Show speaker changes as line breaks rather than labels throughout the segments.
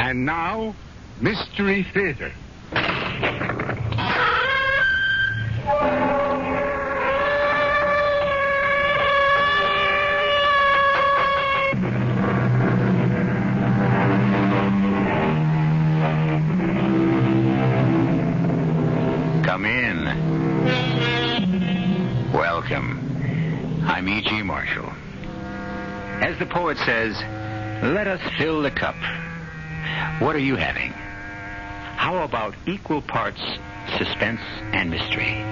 And now, Mystery Theater. Come in. Welcome. I'm E.G. Marshall. As the poet says, let us fill the cup. What are you having? How about equal parts suspense and mystery,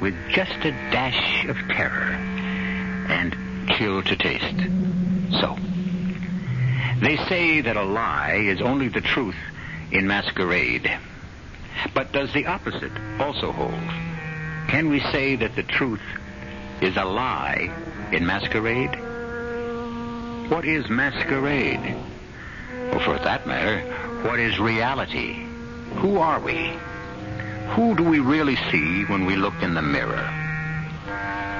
with just a dash of terror and chill to taste? So, they say that a lie is only the truth in masquerade. But does the opposite also hold? Can we say that the truth is a lie in masquerade? What is masquerade? Or for that matter, what is reality? Who are we? Who do we really see when we look in the mirror?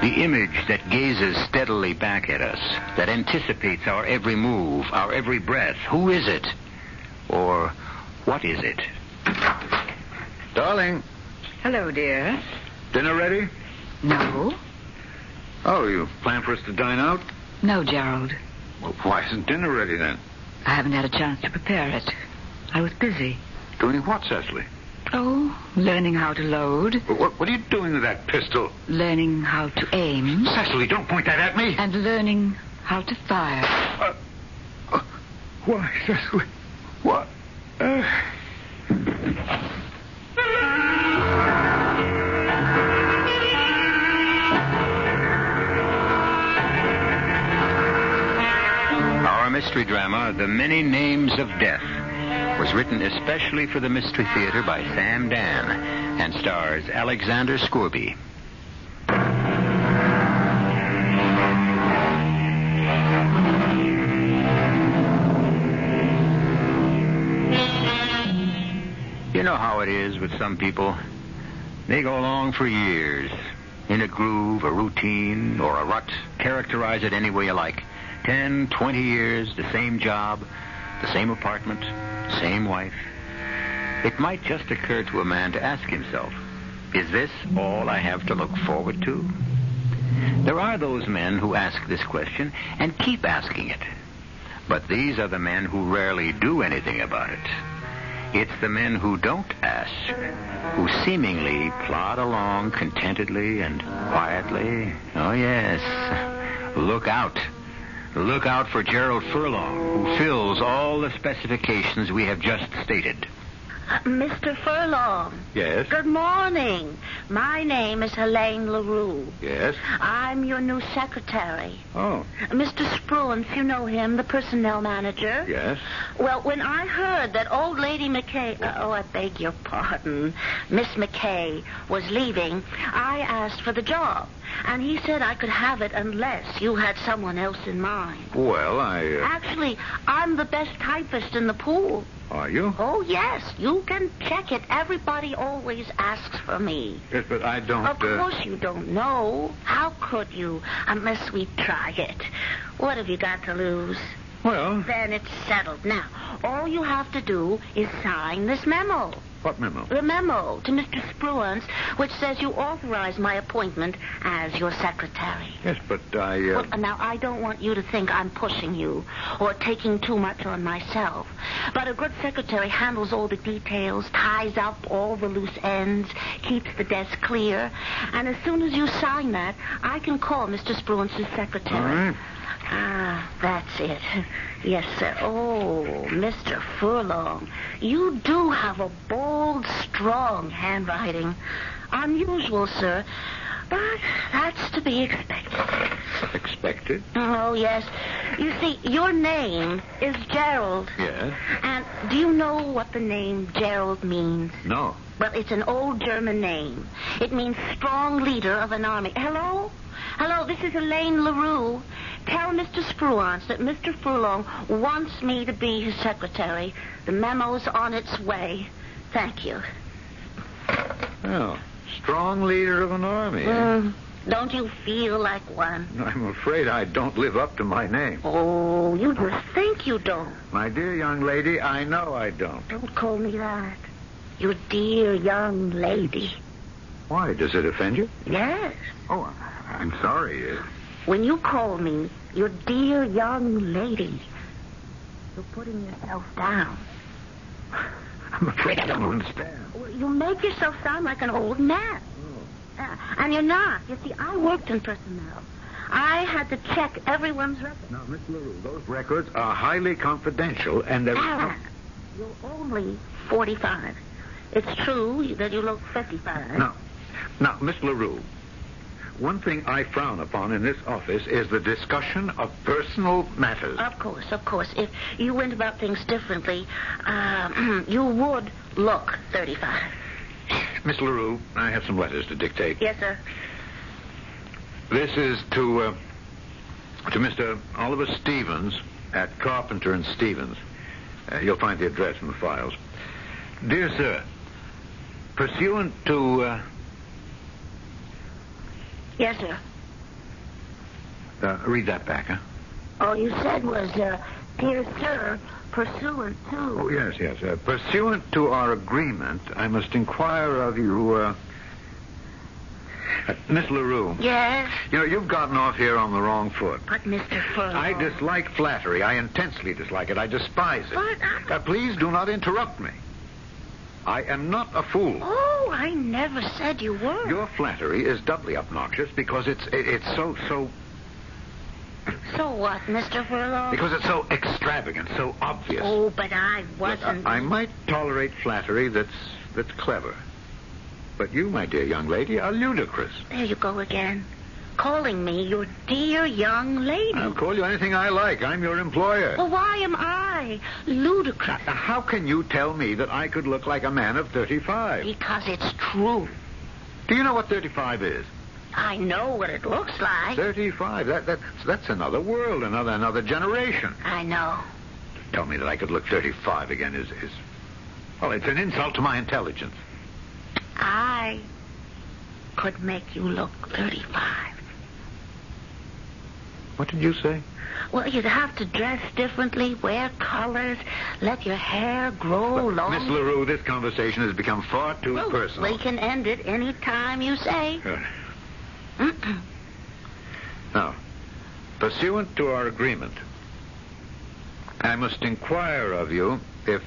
The image that gazes steadily back at us, that anticipates our every move, our every breath. Who is it? Or what is it? Darling,
Hello, dear.
dinner ready?
No?
Oh, you plan for us to dine out?
No, Gerald.
Well, why isn't dinner ready then?
I haven't had a chance to prepare it. I was busy.
Doing what, Cecily?
Oh, learning how to load,
What, what are you doing with that pistol?
learning how to aim,
Cecily, don't point that at me.
and learning how to fire.
Uh, uh, why, Cecily? What? Uh, Our mystery drama, The Many Names of Death, was written especially for the Mystery Theater by Sam Dan and stars Alexander Scorby. You know how it is with some people. They go along for years in a groove, a routine, or a rut. Characterize it any way you like. Ten, twenty years, the same job, the same apartment, same wife. It might just occur to a man to ask himself, is this all I have to look forward to? There are those men who ask this question and keep asking it. But these are the men who rarely do anything about it. It's the men who don't ask, who seemingly plod along contentedly and quietly. Oh, yes. Look out. Look out for Gerald Furlong, who fills all the specifications we have just stated.
Mr. Furlong.
Yes?
Good morning. My name is Helene LaRue.
Yes?
I'm your new secretary.
Oh,
Mr. Spruance, you know him, the personnel manager.
yes.
Well, when I heard that old lady McKay, uh, oh, I beg your pardon, Miss McKay was leaving, I asked for the job. And he said I could have it unless you had someone else in mind.
Well, I. uh,
Actually, I'm the best typist in the pool.
are you?
Oh, yes, you can check it. Everybody always asks for me.
Yes, but I don't. uh,
Of course you don't know. How could you, unless we try it? What have you got to lose?
Well,
Then it's settled. Now, all you have to do is sign this memo.
what memo?
The memo to Mr. Spruance, which says you authorize my appointment as your secretary.
Yes, but I. Uh,
Well, now, I don't want you to think I'm pushing you or taking too much on myself. But a good secretary handles all the details, ties up all the loose ends, keeps the desk clear. And as soon as you sign that, I can call Mr. Spruance's secretary.
All right.
Ah, that's it. Yes, sir. Oh, Mr. Furlong, you do have a bold, strong handwriting. Unusual, sir. But that's to be expected.
Expected?
Oh, yes. You see, your name is Gerald.
Yes.
And do you know what the name Gerald means?
No.
Well, it's an old German name. It means strong leader of an army. Hello? Hello, this is Elaine LaRue. Tell Mr. Spruance that Mr. Furlong wants me to be his secretary. The memo's on its way. Thank you.
Oh, strong leader of an army. eh?
Mm. Don't you feel like one?
I'm afraid I don't live up to my name.
Oh, you just think you don't.
My dear young lady, I know I don't.
Don't call me that. You dear young lady.
Why? Does it offend you?
Yes.
Oh, I- I'm sorry. Uh,
When you call me your dear young lady, you're putting yourself down.
I'm afraid I don't understand.
You make yourself sound like an old man. Uh, and you're not. You see, I worked in personnel. I had to check everyone's record.
Now, Miss LaRue, those records are highly confidential, and they're...
Alan, Ah, you're only 45. It's true that you look 55.
Now, now, Miss LaRue, one thing I frown upon in this office is the discussion of personal matters.
Of course, of course. If you went about things differently, uh, you would look 35.
Miss LaRue, I have some letters to dictate.
Yes, sir.
This is to uh, to Mr. Oliver Stevens at Carpenter and Stevens. Uh, you'll find the address in the files. Dear sir, pursuant to uh,
Yes, sir.
uh, read that back, huh?
All you said was, uh, dear sir, pursuant to.
Oh yes, yes. Uh, pursuant to our agreement, I must inquire of you, uh, uh, Miss Larue.
Yes,
You know you've gotten off here on the wrong foot.
but Mr. Furlong.
I dislike flattery. I intensely dislike it. I despise it.
But I-
Uh, please do not interrupt me. I am not a fool.
Oh, I never said you were.
Your flattery is doubly obnoxious because it's it, it's so so
So what, Mr. Furlong?
because it's so extravagant, so obvious.
Oh, but I
Look,
wasn't.
I, I might tolerate flattery that's that's clever, but you, my dear young lady, are ludicrous.
There you go again. Calling me your dear young lady.
I'll call you anything I like. I'm your employer.
Well, why am I ludicrous?
Now, How can you tell me that I could look like a man of 35?
Because it's true.
Do you know what 35 is?
I know what it looks like.
35. That, that's, that's another world, another another generation.
I know.
Tell me that I could look 35 again is, is. Well, it's an insult to my intelligence.
I could make you look 35.
What did you say?
Well, you'd have to dress differently, wear colors, let your hair grow long.
Miss LaRue, this conversation has become far too
Well,
personal.
We can end it any time you say.
Uh, now, pursuant to our agreement, I must inquire of you if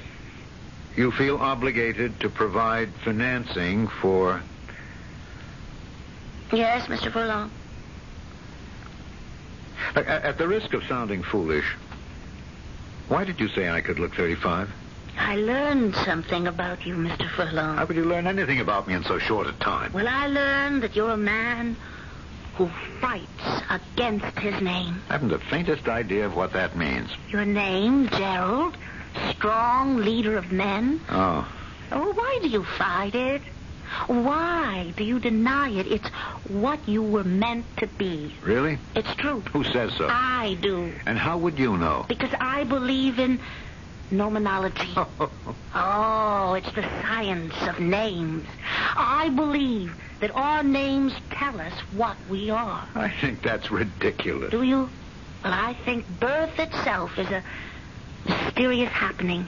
you feel obligated to provide financing for.
Yes, Mr. Furlong.
At, at the risk of sounding foolish, why did you say I could look 35?
I learned something about you, Mr. Furlong.
How could you learn anything about me in so short a time?
Well, I learned that you're a man who fights against his name.
I haven't the faintest idea of what that means.
Your name, Gerald, strong leader of men.
Oh.
Oh, why do you fight it? Why do you deny it? It's what you were meant to be.
Really?
It's true.
Who says so?
I do.
And how would you know?
Because I believe in nomenology. Oh, it's the science of names. I believe that our names tell us what we are.
I think that's ridiculous.
Do you? Well, I think birth itself is a mysterious happening.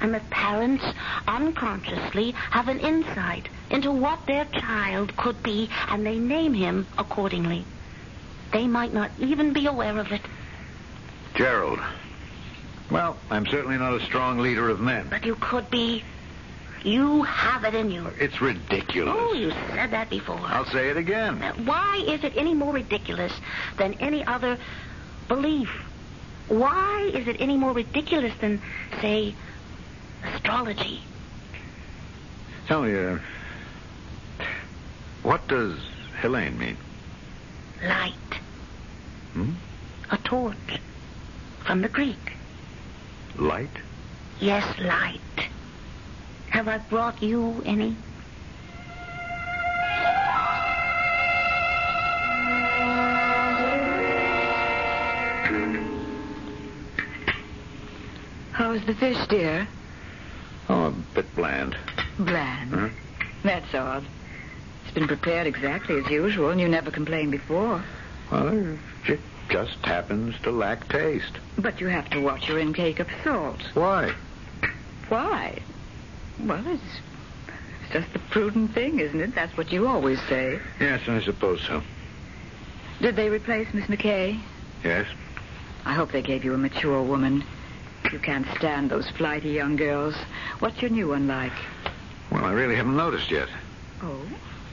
And that parents unconsciously have an insight into what their child could be, and they name him accordingly. They might not even be aware of it.
Gerald. Well, I'm certainly not a strong leader of men.
But you could be. You have it in you.
It's ridiculous.
Oh, you said that before.
I'll say it again.
Now, Why is it any more ridiculous than any other belief? Why is it any more ridiculous than, say, astrology?
Tell me, uh, what does Elaine mean? Hmm?
Light. A torch. From the Greek.
Light?
Yes, light. Have I brought you any?
How is the fish, dear?
Oh, a bit bland.
Bland.
Huh?
That's odd. It's been prepared exactly as usual, and you never complained before.
Well, it just happens to lack taste.
But you have to watch your intake of salt.
Why?
Why? Well, it's it's just the prudent thing, isn't it? That's what you always say.
Yes, I suppose so.
Did they replace Miss McKay?
Yes?
I hope they gave you a mature woman. You can't stand those flighty young girls. What's your new one like?
Well, I really haven't noticed yet.
Oh?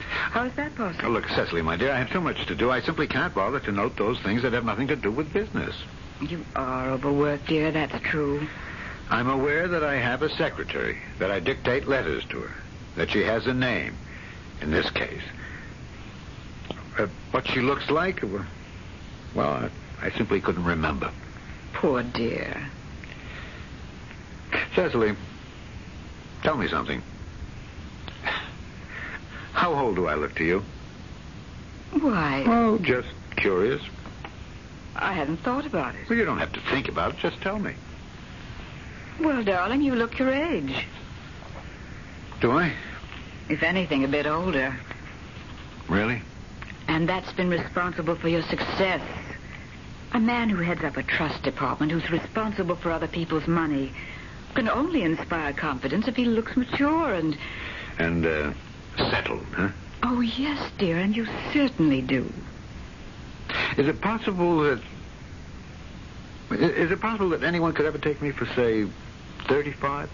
How is that possible?
Oh, look, Cecily, my dear, I have so much to do. I simply can't bother to note those things that have nothing to do with business.
You are overworked, dear. That's true.
I'm aware that I have a secretary, that I dictate letters to her, that she has a name, in this case. Uh, what she looks like? Well, I, I simply couldn't remember.
Poor dear.
Cecily, tell me something. How old do I look to you?
Why?
Oh, just curious.
I hadn't thought about it.
Well, you don't have to think about it. Just tell me.
Well, darling, you look your age.
Do I?
If anything, a bit older.
Really?
And that's been responsible for your success. A man who heads up a trust department who's responsible for other people's money can only inspire confidence if he looks mature and.
And uh, settled, huh?
Oh, yes, dear, and you certainly do.
Is it possible that i- is it possible that anyone could ever take me for say thirty-five?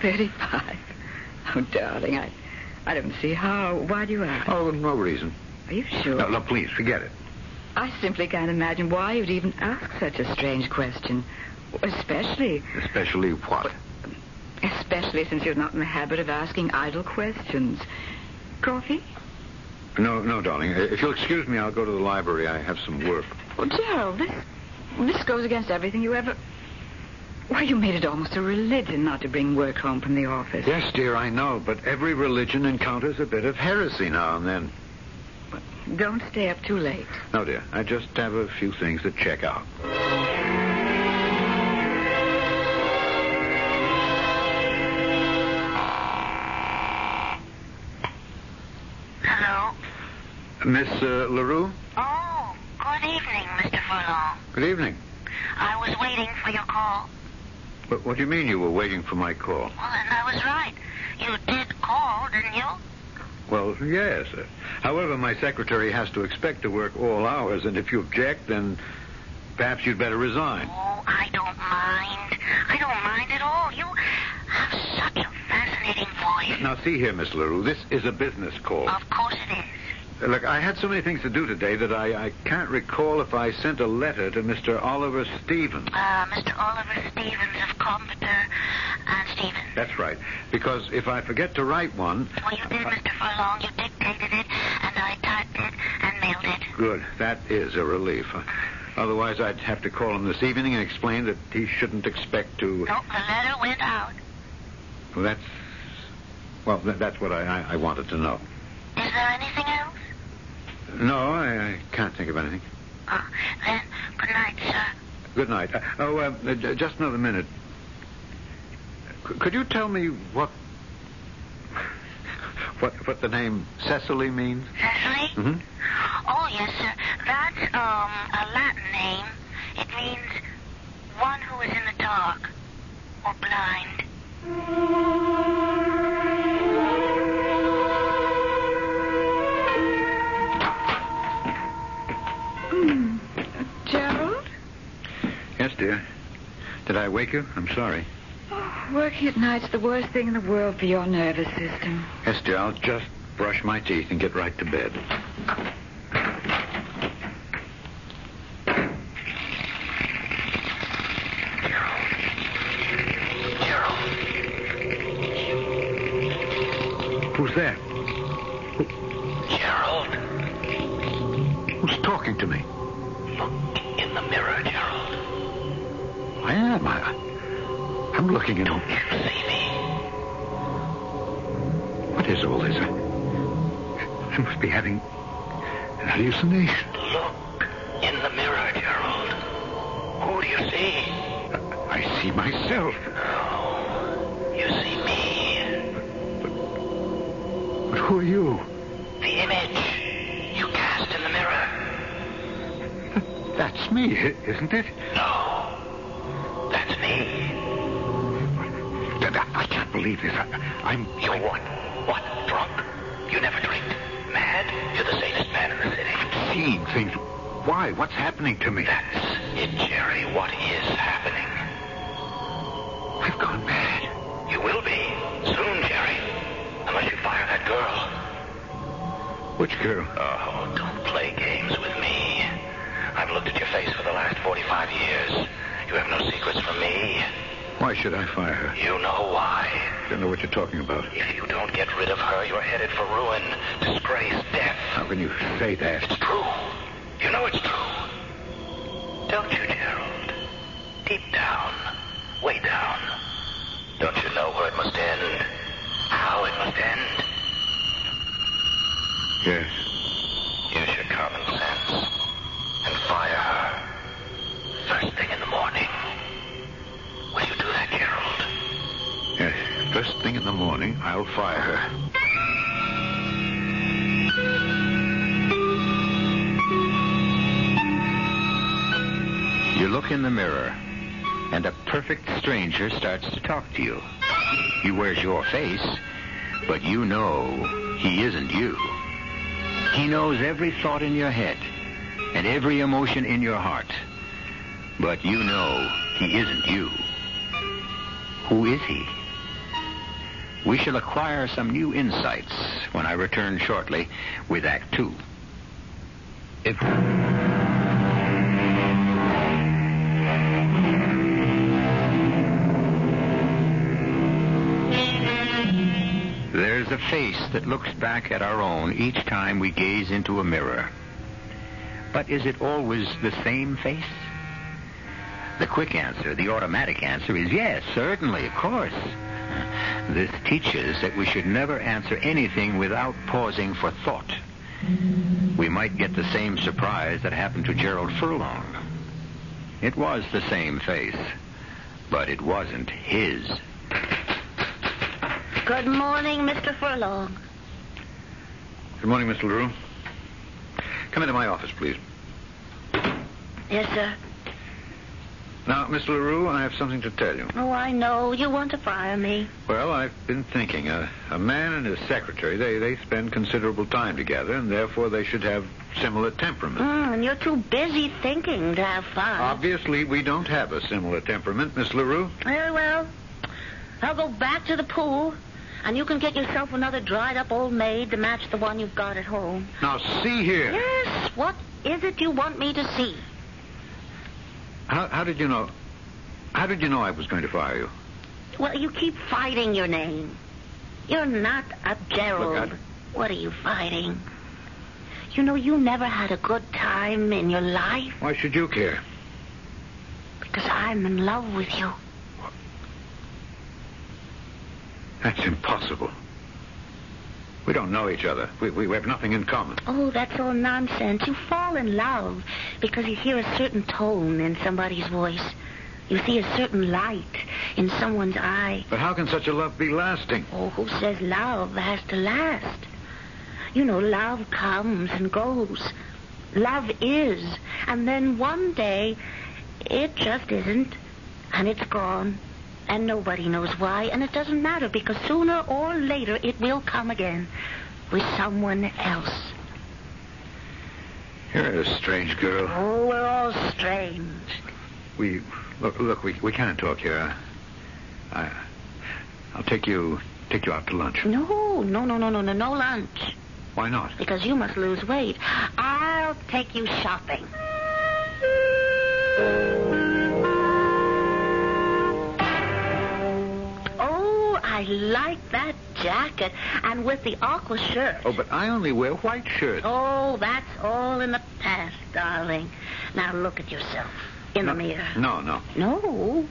35. Oh, darling, I, I don't see how. Why do you ask?
Oh, no reason.
Are you sure?
No, no, please forget it.
I simply can't imagine why you'd even ask such a strange question. Especially,
Especially what?
especially since you're not in the habit of asking idle questions. Coffee?
No, no, darling. I- If you'll excuse me, I'll go to the library. I have some work.
Well, Gerald, this, Oh, this goes against everything you ever. Why, you made it almost a religion not to bring work home from the office.
Yes, dear, I know, but every religion encounters a bit of heresy now and then.
Don't stay up too late.
No, dear, I just have a few things to check out.
Hello?
Miss uh, LaRue?
Oh, good evening, Mr. Furlong.
Good evening.
I was waiting for your call.
What, what do you mean you were waiting for my call?
Well, and I was right. You did call, didn't you?
Well, yes. Uh, However, my secretary has to expect to work all hours, and if you object, then perhaps you'd better resign.
Oh, I don't mind. I don't mind at all. You have such a fascinating voice.
Now, see here, Miss LaRue, this is a business call.
Of course it is.
Uh, Look, I had so many things to do today that I, I can't recall if I sent a letter to Mr. Oliver Stevens.
Uh, Mr. Oliver Stevens of Comforter and Stevens.
That's right, because if I forget to write one.
Well, you did, Mr. Furlong. You dictated it, and I typed it and mailed it.
Good. That is a relief. Uh, Otherwise, I'd have to call him this evening and explain that he shouldn't expect to.
No, the letter went out.
Well, that's. Well, th- that's what I, I, I wanted to know.
Is there anything else?
No, I, I can't think of anything.
Oh, then, good night, sir.
Good night. Uh, oh, uh, uh, j- just another minute. C- could you tell me what what what the name Cecily means?
Cecily?
Mhm.
Oh, yes, sir. That's um, a Latin name. It means one who is in the dark or blind.
Gerald?
Yes, dear. Did I wake you? I'm sorry.
Oh, working at night's the worst thing in the world for your nervous system.
Yes, dear. I'll just brush my teeth and get right to bed. Who's there? am I? I'm looking at. Don't you see me? What is all this? I, I must be having an hallucination. Look in the mirror, Gerald. Who do you see? I see myself. You see me. But, but who are you? The image you cast in the mirror. That's me, i- isn't it? No. That's me. I I can't believe this. I, am You're what? What? Drunk? You never drinked. Mad? You're the sanest man in the city. I'm seeing things. Why? What's happening to me? That's it, Jerry. What is happening? I've gone mad. You will be. Soon, Jerry. Unless you fire that girl. Which girl? Oh, don't play games with me. I've looked at your face for the last 45 years. You have no secrets from me. Why should I fire her? You know why. I don't know what you're talking about. If you don't get rid of her, you're headed for ruin, disgrace, death. How can you say that? It's true. You know it's true. Don't you, Gerald? Deep down, way down. Don't you know where it must end? How it must end? Yes. Use your common sense and fire her. First thing in the morning. Will you do that, Gerald? Yes. First thing in the morning, I'll fire her. You look in the mirror, and a perfect stranger starts to talk to you. He wears your face, but you know he isn't you. He knows every thought in your head and every emotion in your heart, but you know he isn't you. Who is he? We shall acquire some new insights when I return shortly with Act Two. If. There's a face that looks back at our own each time we gaze into a mirror. But is it always the same face? The quick answer, the automatic answer is yes, certainly, of course. This teaches that we should never answer anything without pausing for thought. We might get the same surprise that happened to Gerald Furlong. It was the same face, but it wasn't his.
Good morning, Mr. Furlong.
Good morning, Mr. LaRue. Come into my office, please.
Yes, sir.
Now, Mr. LaRue, I have something to tell you.
Oh, I know. You want to fire me.
Well, I've been thinking. A, a man and his secretary, they, they spend considerable time together, and therefore they should have similar temperaments.
Mm, and you're too busy thinking to have fun.
Obviously, we don't have a similar temperament, Miss LaRue.
Very well. I'll go back to the pool, and you can get yourself another dried up old maid to match the one you've got at home.
Now, see here.
Yes, what is it you want me to see?
How, how did you know? How did you know I was going to fire you?
Well, you keep fighting your name. You're not a Gerald.
Look, I-
What are you fighting? You know, you never had a good time in your life
Why should you care?
because I'm in love with you.
That's impossible. We don't know each other. We, we have nothing in common.
Oh, that's all nonsense. You fall in love because you hear a certain tone in somebody's voice. You see a certain light in someone's eye.
But how can such a love be lasting?
Oh, who says love has to last? You know, love comes and goes. Love is. And then one day, it just isn't. And it's gone. And nobody knows why. And it doesn't matter because sooner or later it will come again with someone else.
You're a strange girl.
Oh, we're all strange.
We look, look. We, we can't talk here. I, I, I'll take you take you out to lunch.
No, no, no, no, no, no, no lunch.
Why not?
Because you must lose weight. I'll take you shopping. Oh, I like that jacket. And with the aqua shirt.
Oh, but I only wear white shirts.
Oh, that's all in the past, darling. Now look at yourself. in
no,
the mirror?
No, no.
No.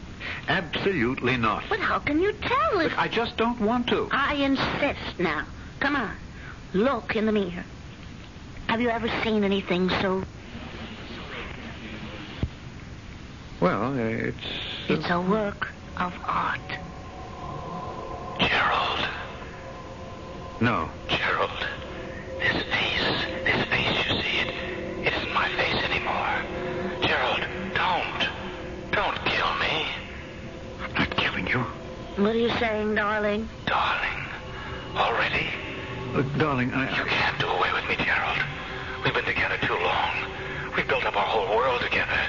Absolutely not.
But how can you tell if
I just don't want to.
I insist now. Come on. Look in the mirror. Have you ever seen anything so
Well, it's.
it's a work of art?
Gerald. No. Gerald. This face. This face, you see, it, it isn't my face anymore. Gerald, don't. Don't kill me. I'm not killing you.
What are you saying, darling?
Darling. Already? Uh, darling, I. You can't do away with me, Gerald. We've been together too long. We've built up our whole world together.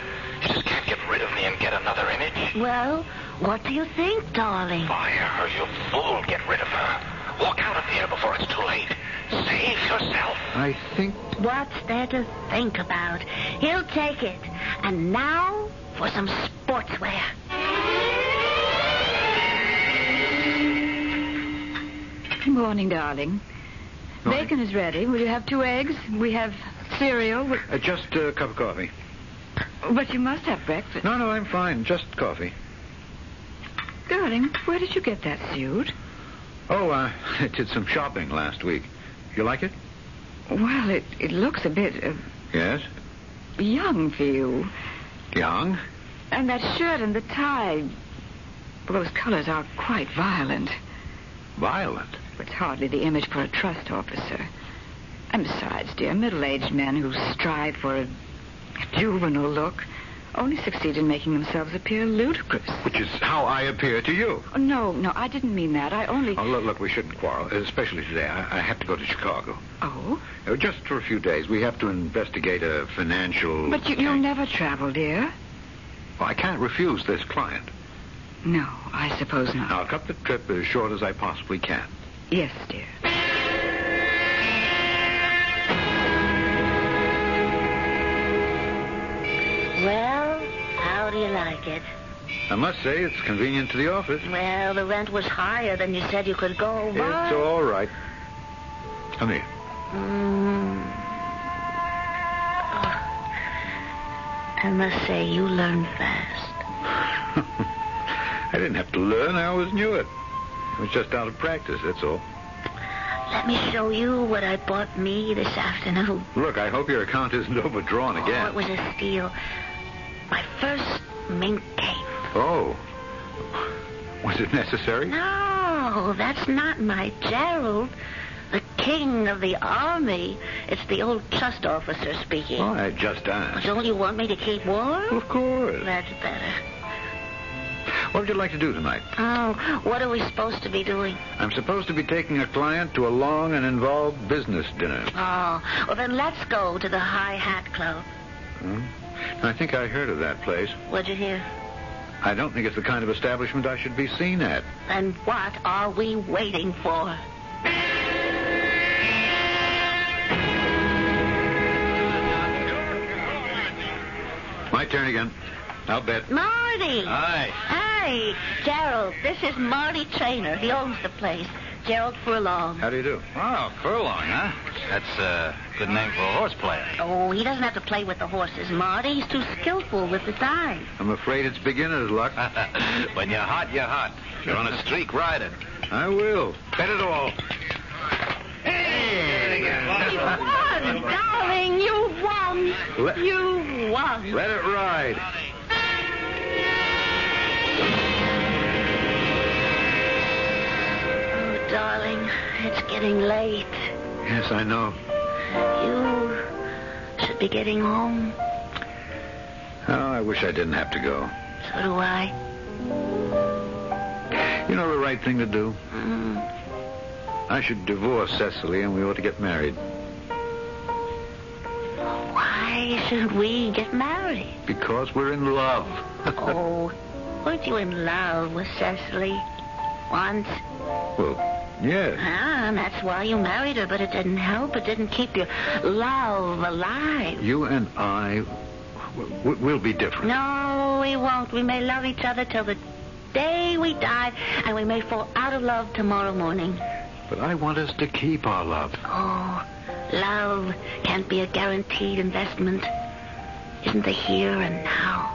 You just can't get rid of me and get another image.
Well, what do you think, darling?
Fire her, you fool. Get rid of her. Walk out of here before it's too late. Save yourself. I think.
What's there to think about? He'll take it. And now for some sportswear.
Morning, darling. Bacon is ready. Will you have two eggs? We have cereal. We-
uh, just a cup of coffee.
But you must have breakfast.
No, no, I'm fine. Just coffee.
Darling, where did you get that suit?
Oh, uh, I did some shopping last week. You like it?
Well, it, it looks a bit uh,
Yes.
young for you.
Young?
And that shirt and the tie. Those colors are quite violent.
Violent.
It's hardly the image for a trust officer. And besides, dear, middle-aged men who strive for a juvenile look only succeed in making themselves appear ludicrous. Oh,
Which is how I appear to you.
No, no, I didn't mean that. I only.
Oh, look, look, we shouldn't quarrel, especially today. I, I have to go to Chicago.
Oh?
Uh, Just for a few days. We have to investigate a financial.
But you, you'll never travel, dear.
Well, I can't refuse this client.
No, I suppose not.
I'll cut the trip as short as I possibly can.
Yes, dear.
Well, how do you like it?
I must say, it's convenient to the office.
Well, the rent was higher than you said you could go. Why?
It's all right. Come here.
Mm. I must say, you learn fast.
I didn't have to learn. I always knew it. It was just out of practice, that's all.
Let me show you what I bought me this afternoon.
Look, I hope your account isn't overdrawn
Oh,
again.
it was a steal. My first mink cape.
Oh. Was it necessary?
No, that's not my Gerald. The king of the army. It's the old trust officer speaking.
Oh, I just asked.
Don't you want me to keep warm?
Of course.
That's better.
What would you like to do tonight?
Oh, what are we supposed to be doing?
I'm supposed to be taking a client to a long and involved business dinner.
Oh, well, then let's go to the High Hat Club.
Hmm? I think I heard of that place.
What'd you hear?
I don't think it's the kind of establishment I should be seen at.
Then what are we waiting for?
My turn again. I'll bet.
Marty!
Aye.
Hi, Gerald. This is Marty Trainer. He owns the place. Gerald Furlong.
How do you do?
Wow, furlong, huh? That's a good name for a horse player.
Oh, he doesn't have to play with the horses, Marty. He's too skillful with the dive.
I'm afraid it's beginner's luck.
when you're hot, you're hot. You're on a streak, ride it.
I will.
Bet it all. Hey!
Won, darling. You won.
Let-
You won.
Let it ride.
Oh, darling, it's getting late.
Yes, I know.
You should be getting home.
Oh, I wish I didn't have to go.
So do I.
You know the right thing to do?
Mm.
I should divorce Cecily and we ought to get married.
Why should we get married?
Because we're in love.
oh, weren't you in love with Cecily once?
Well, yes.
Ah, and that's why you married her, but it didn't help. It didn't keep your love alive.
You and I, w- w- we'll be different.
No, we won't. We may love each other till the day we die, and we may fall out of love tomorrow morning.
But I want us to keep our love.
Oh, love can't be a guaranteed investment. Isn't the here and now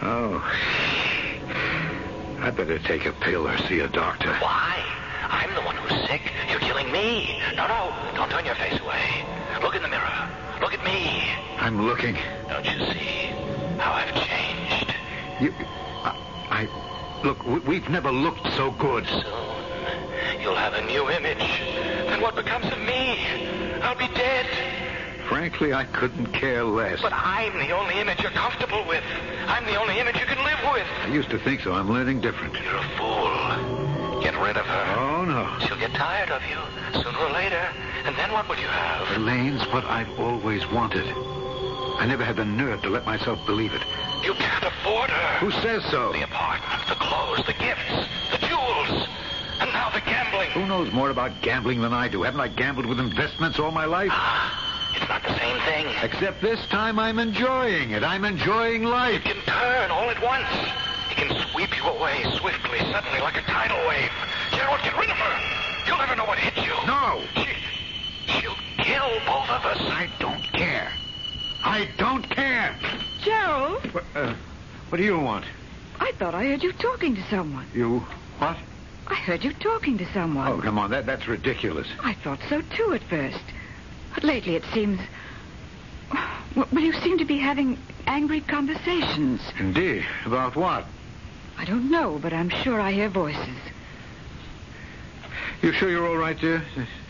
Oh. I better take a pill or see a doctor.
Why? I'm the one who's sick. You're killing me. No, no. Don't turn your face away. Look in the mirror. Look at me.
I'm looking.
Don't you see how I've changed?
You, I, I look. We, we've never looked so good.
Soon, you'll have a new image. Then what becomes of me? I'll be dead.
Frankly, I couldn't care less.
But I'm the only image you're comfortable with. I'm the only image you can live with.
I used to think so. I'm learning different.
You're a fool. Get rid of her.
Oh no,
She'll get tired of you sooner or later. And then what will you have?
Elaine's what I've always wanted. I never had the nerve to let myself believe it.
You can't afford her.
Who says so?
The apartment, the clothes, the gifts, the jewels, and now the gambling.
Who knows more about gambling than I do? Haven't I gambled with investments all my life?
It's not the same thing.
Except this time I'm enjoying it. I'm enjoying life.
It can turn all at once. It can sweep you away swiftly, suddenly, like a tidal wave. Gerald, get rid of her. You'll never know what hit you.
No.
She, she'll kill both of us.
I don't care. I don't care.
Gerald,
What, uh, what do you want?
I thought I heard you talking to someone.
You what?
I heard you talking to someone.
Oh, come on. That that's ridiculous.
I thought so too at first. But lately it seems. Well, you seem to be having angry conversations.
Indeed. About what?
I don't know, but I'm sure I hear voices.
You sure you're all right, dear?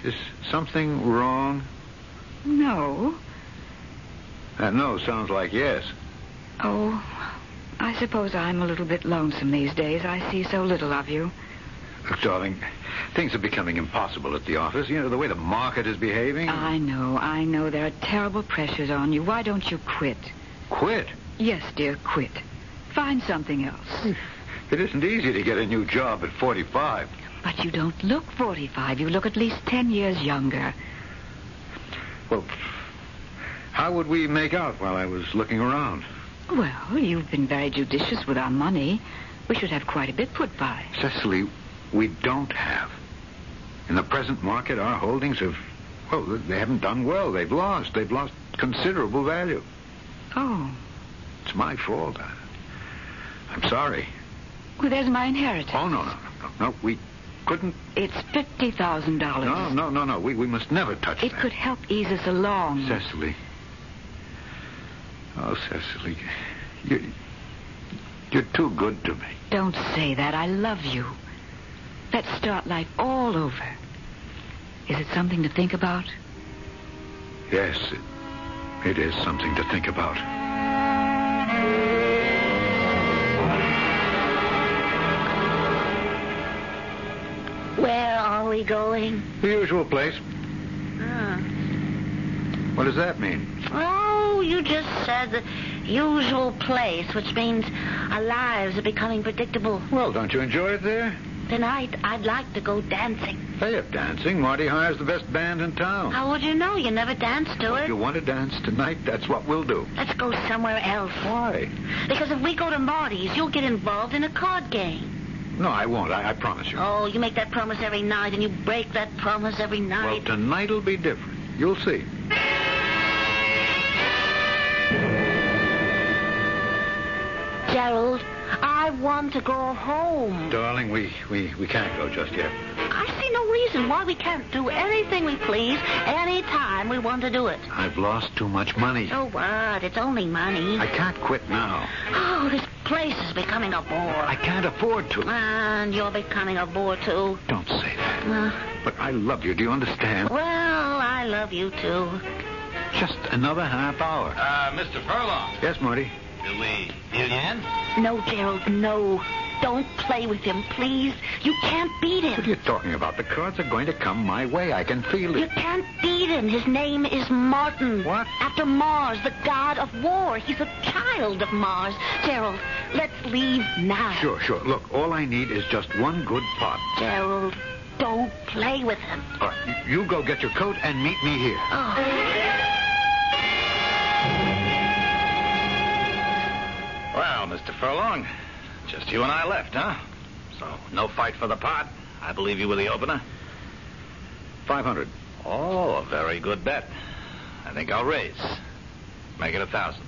Is something wrong?
No.
Uh, no, sounds like yes.
Oh, I suppose I'm a little bit lonesome these days. I see so little of you.
Look, darling, things are becoming impossible at the office. You know, the way the market is behaving.
I know, I know. There are terrible pressures on you. Why don't you quit?
Quit.
Yes, dear, quit. Find something else.
It isn't easy to get a new job at 45.
But you don't look 45. You look at least 10 years younger.
Well, how would we make out while I was looking around?
Well, you've been very judicious with our money. We should have quite a bit put by.
Cecily, we don't have. In the present market, our holdings have, well, they haven't done well. They've lost. They've lost considerable value.
Oh,
It's my fault. I, I'm sorry.
well, there's my inheritance.
Oh, no, no, no, no. no we couldn't.
It's $50,000.
No, no, no, no. We, we must never touch
It
that.
could help ease us along.
Cecily. Oh, Cecily, you, you're too good to me.
Don't say that. I love you. Let's start life all over. Is it something to think about?
Yes, it, it is something to think about.
Where are we going?
The usual place.
Ah.
What does that mean?
Oh, you just said the usual place, which means our lives are becoming predictable.
Well, don't you enjoy it there?
Tonight, I'd like to go dancing.
Hey, if dancing, Marty hires the best band in town.
How would you know? You never danced to
If you
it.
want to dance tonight, that's what we'll do.
Let's go somewhere else.
Why?
Because if we go to Marty's, you'll get involved in a card game.
No, I won't. I, I promise you.
Oh, you make that promise every night, and you break that promise every
well,
night.
tonight'll be different. You'll see.
Gerald, I want to go home.
Darling, we, we, we can't go just yet.
I see no reason why we can't do anything we please, any time we want to do it.
I've lost too much money.
So what? It's only money.
I can't quit now.
Oh, this place is becoming a
I
bore.
can't afford to.
And you're becoming a bore, too.
Don't say that.
Uh,
But I love you. Do you understand?
well, I love you, too.
Just another half hour.
Uh, Mr. Furlong.
Yes, Marty.
Will we deal in?
No, Gerald, no. Don't play with him, please. You can't beat
What
him.
are you talking about? The cards are going to come my way. I can feel
You
it.
can't beat him. His name is Martin.
What?
After Mars, the god of war. He's a child of Mars. Gerald, let's leave now.
Sure, sure. Look, all I need is just one good pot.
Gerald, don't play with him.
All right, you go get your coat and meet me here.
Oh. Well, Mr. Furlong, just you and I left, huh? So, no fight for the pot. I believe you were the opener.
500.
Oh, a very good bet. I think I'll raise. Make it a thousand.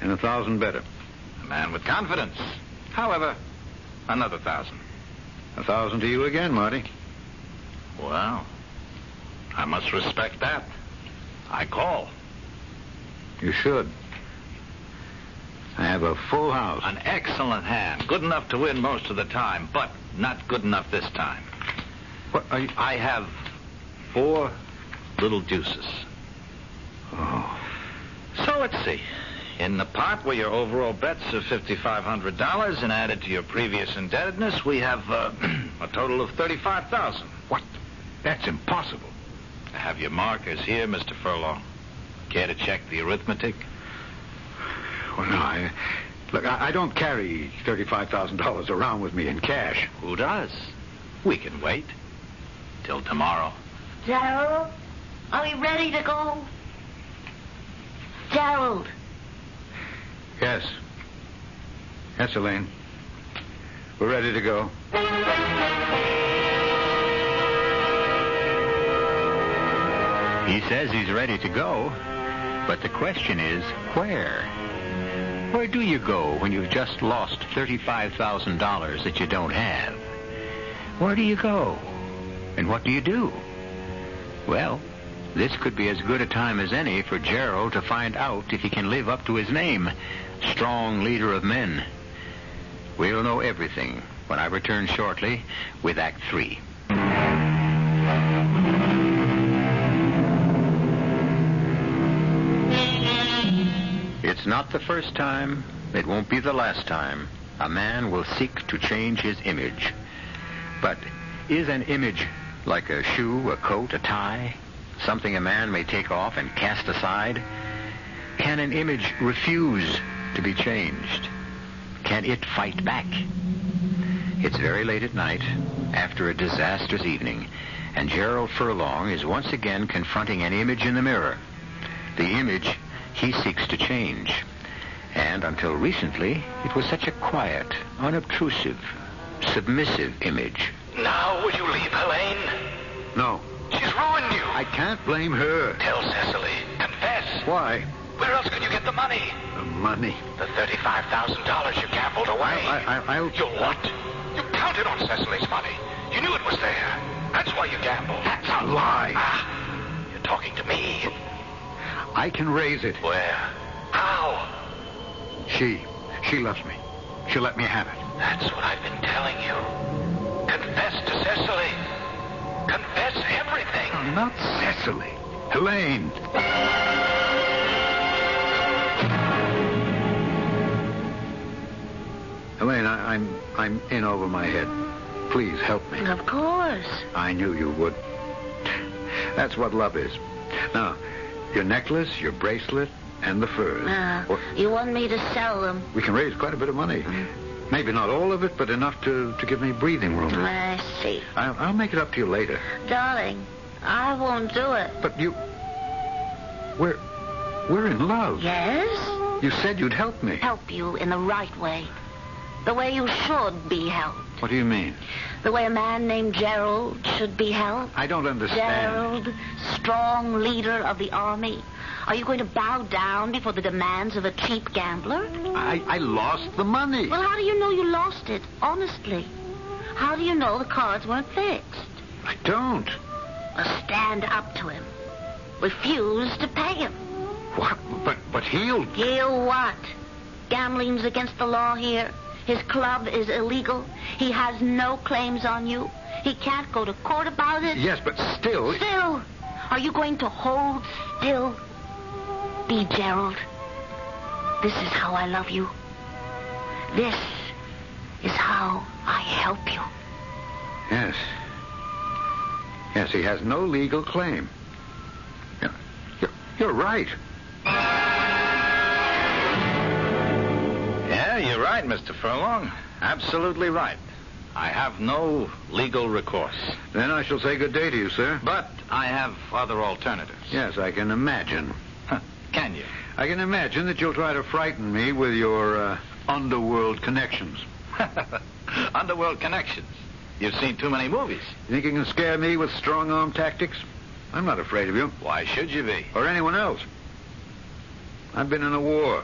And a thousand better.
A man with confidence. However, Another thousand.
A thousand to you again, Marty.
Well, I must respect that. I call.
You should. I have a full house.
An excellent hand. Good enough to win most of the time, but not good enough this time.
What are you?
I have four little deuces.
Oh.
So let's see. In the pot where your overall bets are $5,500 and added to your previous indebtedness, we have uh, a total of 35000
What? That's impossible.
I have your markers here, Mr. Furlong. Care to check the arithmetic?
Well, Oh, no, I, look, I, I don't carry thirty-five thousand dollars around with me in cash.
Who does? We can wait. Till tomorrow.
Gerald, are we ready to go? Gerald,
Yes. Yes, Elaine. We're ready to go.
He says he's ready to go, but the question is where? Where do you go when you've just lost $35,000 that you don't have? Where do you go? And what do you do? Well, this could be as good a time as any for Gerald to find out if he can live up to his name, strong leader of men. We'll know everything when I return shortly with Act 3. It's not the first time, it won't be the last time, a man will seek to change his image. But is an image like a shoe, a coat, a tie, something a man may take off and cast aside? Can an image refuse to be changed? Can it fight back? It's very late at night, after a disastrous evening, and Gerald Furlong is once again confronting an image in the mirror. The image he seeks to change. And until recently, it was such a quiet, unobtrusive, submissive image.
Now will you leave Helene?
No.
She's ruined you.
I can't blame her.
Tell Cecily. Confess.
Why?
Where else can you get the money?
The money.
The thirty-five thousand dollars you gambled away.
I, I, I'll.
You what? You counted on Cecily's money. You knew it was there. That's why you gambled. That's
a lie.
Ah, you're talking to me.
I can raise it.
Where? How?
She. She loves me. She'll let me have it.
That's what I've been telling you. Confess to Cecily. Confess everything.
Not Cecily. Helene. Helene, I, I'm I'm in over my head. Please help me.
of course.
I knew you would. That's what love is. Now, your necklace, your bracelet, and the furs.
Uh,
Well,
you want me to sell them?
we can raise quite a bit of money. Maybe not all of it, but enough to, to give me breathing room.
I see.
I'll, I'll make it up to you later.
Darling, I won't do it.
But you. We're. We're in love.
Yes?
You said you'd help me.
Help you in the right way. The way you should be helped.
What do you mean?
The way a man named Gerald should be helped.
I don't understand.
Gerald, strong leader of the army. Are you going to bow down before the demands of a cheap gambler?
I, I lost the money.
Well, how do you know you lost it, honestly? How do you know the cards weren't fixed?
I don't.
Well, stand up to him. Refuse to pay him.
What? But, but he'll.
He'll what? Gambling's against the law here. His club is illegal. He has no claims on you. He can't go to court about it.
Yes, but still.
Still, are you going to hold still? Be Gerald. This is how I love you. This is how I help you.
Yes. Yes, he has no legal claim. Yeah, You're, you're right.
Yeah, you're right, Mr. Furlong. Absolutely right. I have no legal recourse.
Then I shall say good day to you, sir.
But I have other alternatives.
Yes, I can imagine.
Huh, Can you?
I can imagine that you'll try to frighten me with your uh, underworld connections.
Underworld connections. You've seen too many movies.
You think you can scare me with strong arm tactics? I'm not afraid of you,
Why should you be?
or anyone else. I've been in a war.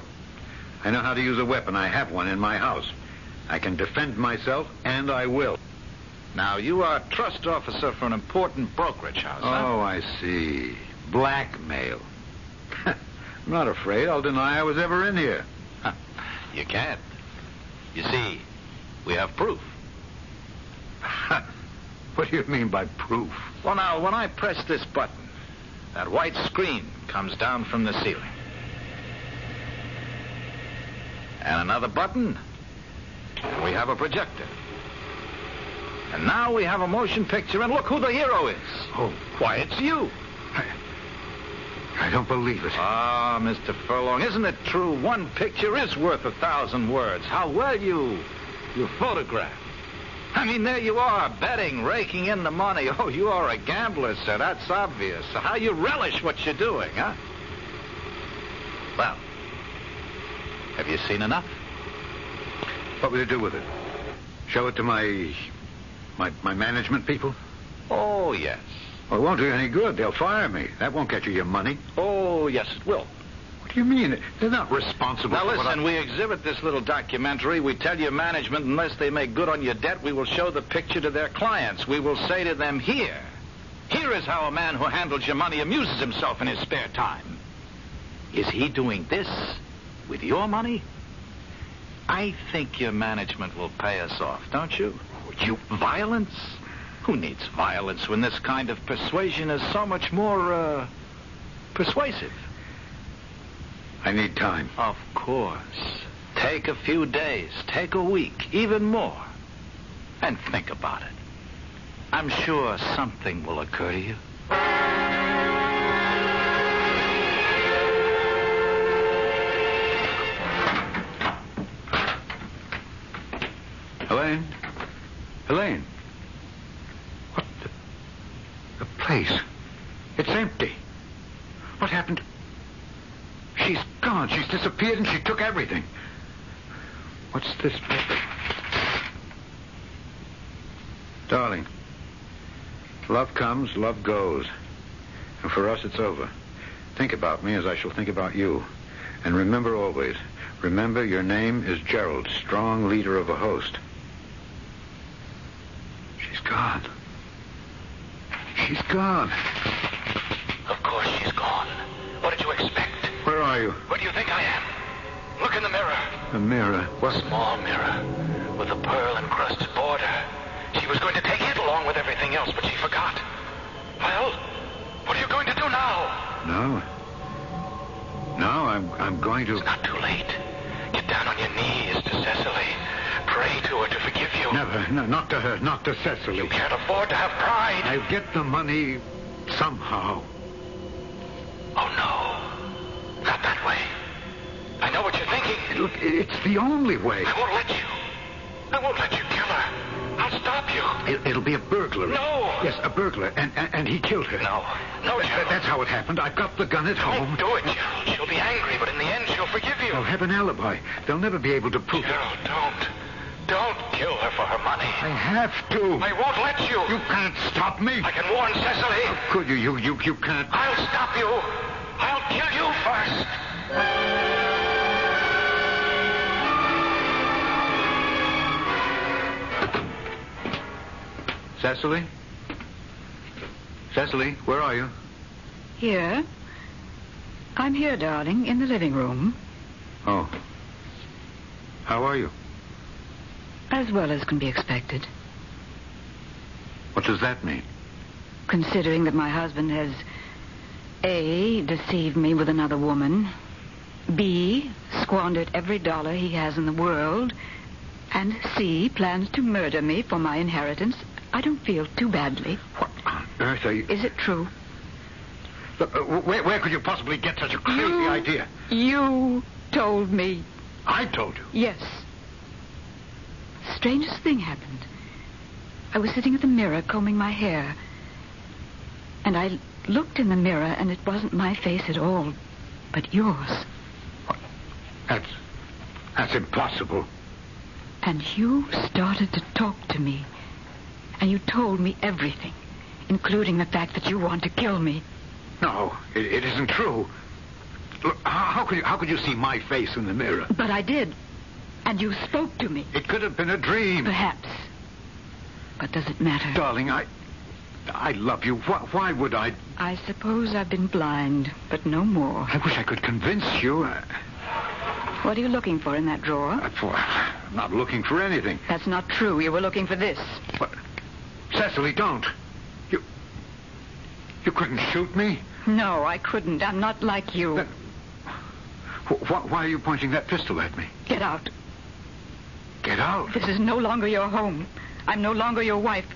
I know how to use a weapon. I have one in my house. I can defend myself, and I will.
Now, you are a trust officer for an important brokerage house, huh?
Oh, I see. Blackmail. I'm not afraid. I'll deny I was ever in here.
You can't. You see, we have proof.
what do you mean by proof?
Well, now, when I press this button, that white screen comes down from the ceiling. And another button. And we have a projector. And now we have a motion picture, and look who the hero is.
Oh.
Why, it's you.
I don't believe it.
Ah, Mr. Furlong, isn't it true? One picture is worth a thousand words. How well you you photograph. I mean, there you are, betting, raking in the money. Oh, you are a gambler, sir. That's obvious. How you relish what you're doing, huh? Well, have you seen enough?
What will you do with it? Show it to my my my management people?
Oh, yes.
Well, it won't do you any good. They'll fire me. That won't get you your money.
Oh, yes, it will.
What do you mean? They're not responsible.
Now
for what I-
listen, we exhibit this little documentary. We tell your management unless they make good on your debt, we will show the picture to their clients. We will say to them, here, here is how a man who handles your money amuses himself in his spare time. Is he doing this with your money? I think your management will pay us off, don't you? You violence? Who needs violence when this kind of persuasion is so much more uh, persuasive?
I need time.
Of course. Take a few days, take a week, even more. And think about it. I'm sure something will occur to you.
Helene? Helene? What the, the place? It's empty. What happened? She's gone. She's disappeared and she took everything. What's this? Darling, love comes, love goes. And for us, it's over. Think about me as I shall think about you. And remember always, remember your name is Gerald, strong leader of a host. She's gone. She's gone.
Of course she's gone. What did you expect?
Where are you?
Where do you think I am? Look in the mirror.
A mirror. What?
Small mirror with a pearl encrusted border. She was going to take it along with everything else, but she forgot. Well, what are you going to do now?
No. No, I'm, I'm going to.
It's not too late. Get down on your knees to Cecily. Pray to her to forgive you.
Never. No, not to her. Not to
You
Cecily.
can't afford to have pride.
I'll get the money somehow.
Oh, no. Not that way. I know what you're thinking.
Look, it's the only way.
I won't let you. I won't let you kill her. I'll stop you.
It, it'll be a burglar.
No.
Yes, a burglar. And, and, and he killed her.
No. No,
That-
Gerald.
that's how it happened. I've got the gun at home.
Don't do it, Gerald. She'll be angry, but in the end, she'll forgive you.
I'll have an alibi. They'll never be able to prove it.
Gerald, don't. Don't kill her for her money.
I have to.
I won't let you.
You can't stop me.
I can warn Cecily.
Could you? You, you, you can't.
I'll stop you. I'll kill you first.
Cecily? Cecily, where are you?
Here? I'm here, darling, in the living room,
Oh. How are you?
as well as can be expected,
What does that mean?
considering that my husband has A. deceived me with another woman, B. squandered every dollar he has in the world, and C. plans to murder me for my inheritance. I don't feel too badly.
What on earth are you?
Is it true?
Look, uh, where, where could you possibly get such a crazy
You-
idea?
You told me
I told you.
Yes. Strangest thing happened. I was sitting at the mirror combing my hair. And I looked in the mirror, and it wasn't my face at all, but yours.
That's that's impossible.
And you started to talk to me. And you told me everything, including the fact that you want to kill me.
No, it, it isn't true. Look, how, how could you how could you see my face in the mirror?
But I did. And you spoke to me.
It could have been a dream.
Perhaps. But does it matter?
Darling, I. I love you. Why, why would I?
I suppose I've been blind, but no more.
I wish I could convince you. I,
What are you looking for in that drawer?
am not looking for anything.
That's not true. You were looking for this.
But, Cecily, don't. You. You couldn't shoot me?
No, I couldn't. I'm not like you.
Wh- wh- why are you pointing that pistol at me?
Get out.
Get out.
This is no longer your home. I'm no longer your wife.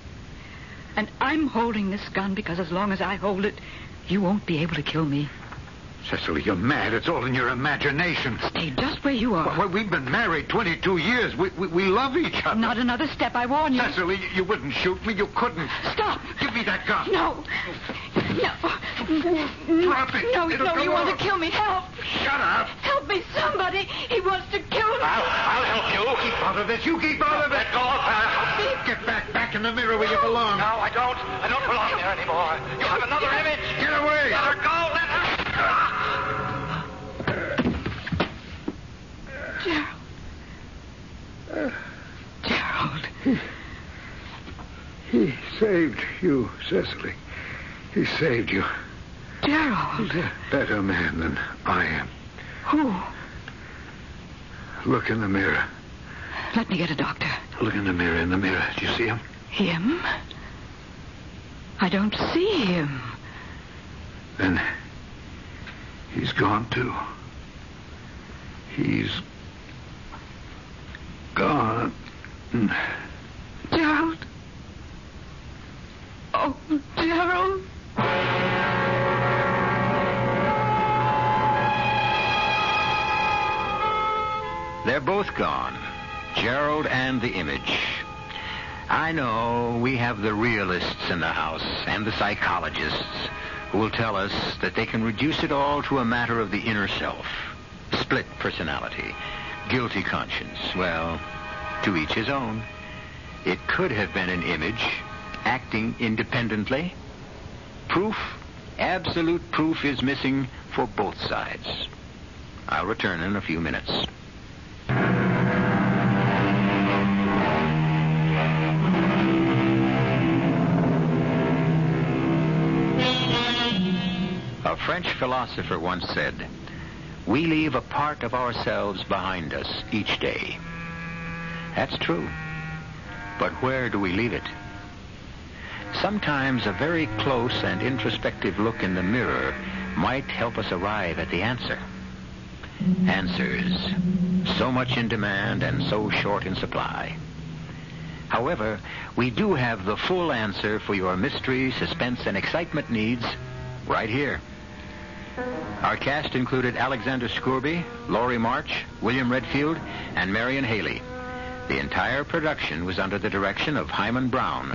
And I'm holding this gun because as long as I hold it, you won't be able to kill me.
Cecily, you're mad. It's all in your imagination.
Stay just where you are.
Well, we've been married 22 years. We, we, we love each other.
Not another step, I warn you.
Cecily, you- you wouldn't shoot me. You couldn't.
Stop.
Give me that gun.
No. No.
Drop it.
No,
It'll
no, you
go
want
off.
to kill me. Help.
Shut up.
Help me, somebody. He wants to kill me.
I'll help you.
Keep out of this. You keep out of it.
Let go of her.
Get back, back in the mirror where you belong.
No, I don't. I don't belong there anymore. You have another image.
Get away.
Let her go. Let her.
Gerald.
He saved you, Cecily. He saved you.
Gerald.
He's a better man than I am.
Who?
Look in the mirror.
Let me get a doctor.
Look in the mirror, in the mirror. Do you see him?
Him? I don't see him.
Then he's gone, too. He's gone.
Gerald. Oh, Gerald.
They're both gone.
Gerald and the image. I know we have the realists in the house and the psychologists who will tell us that they can reduce it all to a matter of the inner self, split personality, guilty conscience. Well, to each his own. It could have been an image acting independently. Proof, absolute proof is missing for both sides. I'll return in a few minutes.
A French philosopher once said, We leave a part of ourselves behind us each day.
That's true. But where do we leave it? Sometimes a very close and introspective look in the mirror might help us arrive at the answer. Answers, so much in demand and so short in supply. However, we do have the full answer for your mystery, suspense, and excitement needs right here. Our cast included Alexander Scourby, Laurie March, William Redfield, and Marion Haley. The entire production was under the direction of Hyman Brown.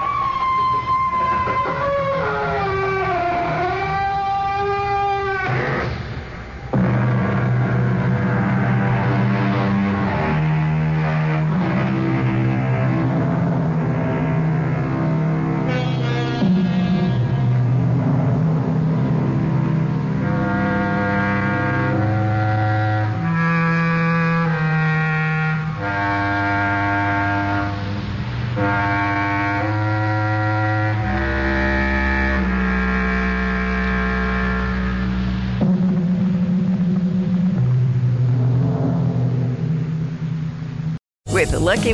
With Lucky